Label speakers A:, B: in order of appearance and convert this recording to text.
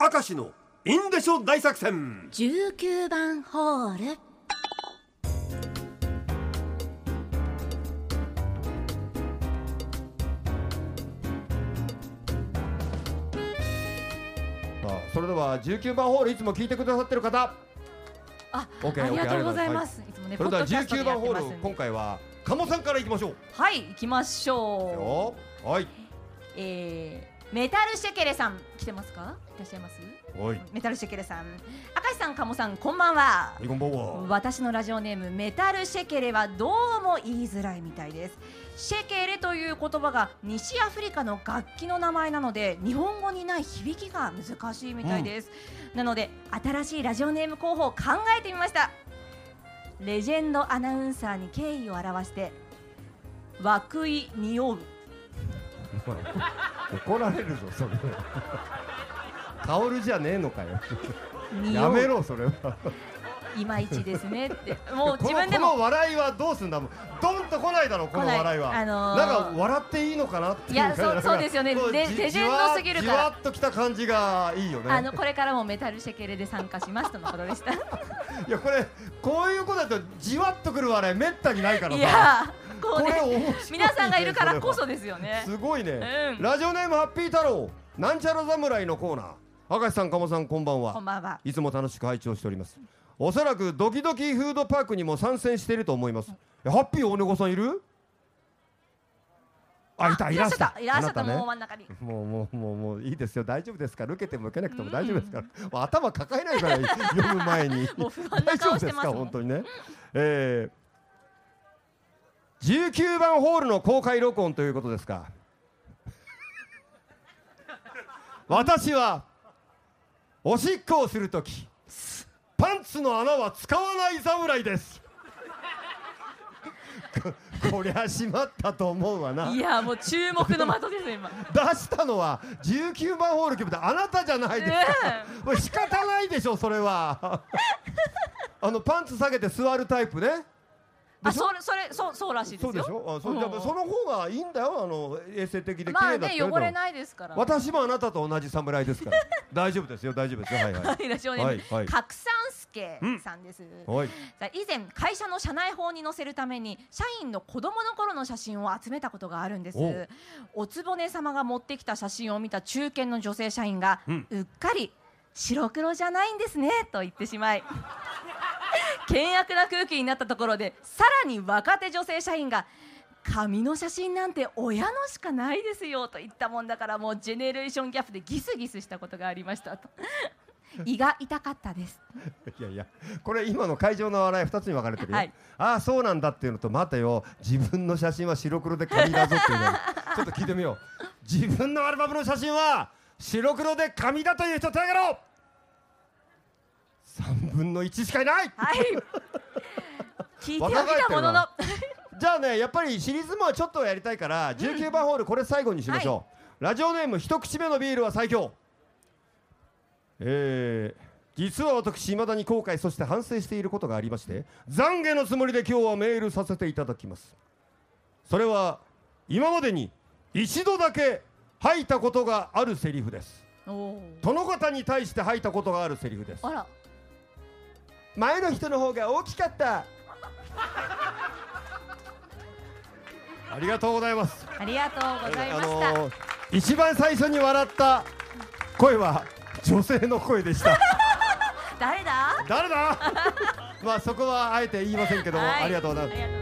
A: 明石のインデショ大作戦
B: 19番ホール
C: さあそれでは19番ホールいつも聞いてくださってる方
D: あ、
C: オッケー
D: ありがとうございま
C: は
D: す。いつもね、
C: そ
D: ポ
C: れ
D: ッ
C: で
D: ド
C: は
D: キャストで
C: 19
D: や
C: 番
D: って
C: ホ
D: ます
C: ール
D: ん
C: 今
D: で。
C: 回は鴨さんからいきましょう
D: はい、行きましょ。
C: よはいう
D: えー、メタルシェケレさん来てますか？いらっしゃいます？
C: はい
D: メタルシェケレさん、明石さん、鴨さん、こんばんは。
C: こんばんは
D: 私のラジオネームメタルシェケレはどうも言いづらいみたいですシェケレという言葉が西アフリカの楽器の名前なので日本語にない響きが難しいみたいです、なので新しいラジオネーム候補を考えてみましたレジェンドアナウンサーに敬意を表して涌井匂う
C: 怒られるぞそれ薫じゃねえのかよ
D: 匂
C: や
D: う
C: めろそれはい
D: まいちですね ってもう
C: こ
D: 自
C: の
D: 分で
C: こ
D: も
C: の笑いはどうすんだもうドンと来ないだろこの笑いは
D: 来ないあのー
C: なんか笑っていいのかなっていう
D: いやそう
C: なんか
D: そうですよね
C: こう
D: で
C: じ
D: レジェンドすぎるから
C: じわじわっときた感じがいいよね
D: あのこれからもメタルシェケレで参加しますとのことで した
C: いやこれこういうことだとじわっとくる笑いめったにないから
D: い
C: さ
D: やーこうね
C: 面白いね
D: 皆さんがいるからこそですよね
C: すごいね、
D: うん
C: ラジオネームハッピー太郎なんちゃら侍のコーナー明石さん鴨さんこんばんは
D: こんばんはい
C: つも楽しく拝聴しておりますおそらくドキドキフードパークにも参戦していると思いますえハッピー大猫さんいるあいたいらっしゃった
D: いらっしゃった
C: あな
D: もう
C: ね
D: 真ん中に
C: もうもうもうもういいですよ大丈夫ですから受けても受けなくても大丈夫ですから、もう頭抱えないから読む前に
D: もう不安
C: 大
D: な
C: 丈
D: 顔
C: 夫
D: し
C: で
D: て
C: す
D: ます
C: か
D: も
C: 本
D: ん
C: 当にね、えー、19番ホールの公開録音ということで すか私はおしっこをするときパンツの穴は使わない侍ですここりゃしまったと思うわない
D: やもう注目の的ですよ 今
C: 出したのは19番ホール決めたあなたじゃないですか、もう仕方ないでしょそ れはあのパンツ下げて座るタイプね
D: あそれそれそうそうらしいです
C: そ
D: よ
C: うでしょあそう
D: うん
C: やっぱその方がいいんだよあの衛生的で綺麗
D: ま
C: だ
D: あ
C: って
D: ね
C: 言うの
D: 汚れないですから
C: 私もあなたと同じ侍ですから大丈夫ですよ大丈夫ですよはい は
D: はいラジオネーム、
C: はいはい
D: 角三助さんです、
C: いはい
D: さあ以前会社の社内法に載せるために社員の子供の頃の写真を集めたことがあるんです
C: おう
D: お局様が持ってきた写真を見た中堅の女性社員が、
C: う
D: うんっかり白黒じゃないんですねと言ってしまい険悪な空気になったところでさらに若手女性社員が紙の写真なんて親のしかないですよと言ったもんだからもうジェネレーションギャップでギスギスしたことがありました と胃が痛かったです
C: いやいや これ今の会場の笑い2つに分かれてるよ、
D: はい
C: ああそうなんだっていうのと待てよ自分の写真は白黒で紙だぞっ ていうのちょっと聞いてみよう自分のアルバムの写真は白黒で紙だという人手を挙げろ3分の1しかいない
D: はい。聞いてはみたものの
C: 若、じゃあねやっぱりシリーズもはちょっとはやりたいから19番ホールこれ最後にしましょう、ラジオネーム一口目のビールは最強えー実は私未だに後悔そして反省していることがありまして懺悔のつもりで今日はメールさせていただきますそれは今までに一度だけ吐いたことがあるセリフです
D: お
C: 殿方に対して吐いたことがあるセリフです
D: ーあら、
C: 前の人の方が大きかったありがとうございます
D: ありがとうございました。
C: あのー一番最初に笑った声は女性の声でした
D: 誰だ？
C: 誰だまあそこはあえて言いませんけども、
D: はい
C: ありがとうございます
D: ありがとうございます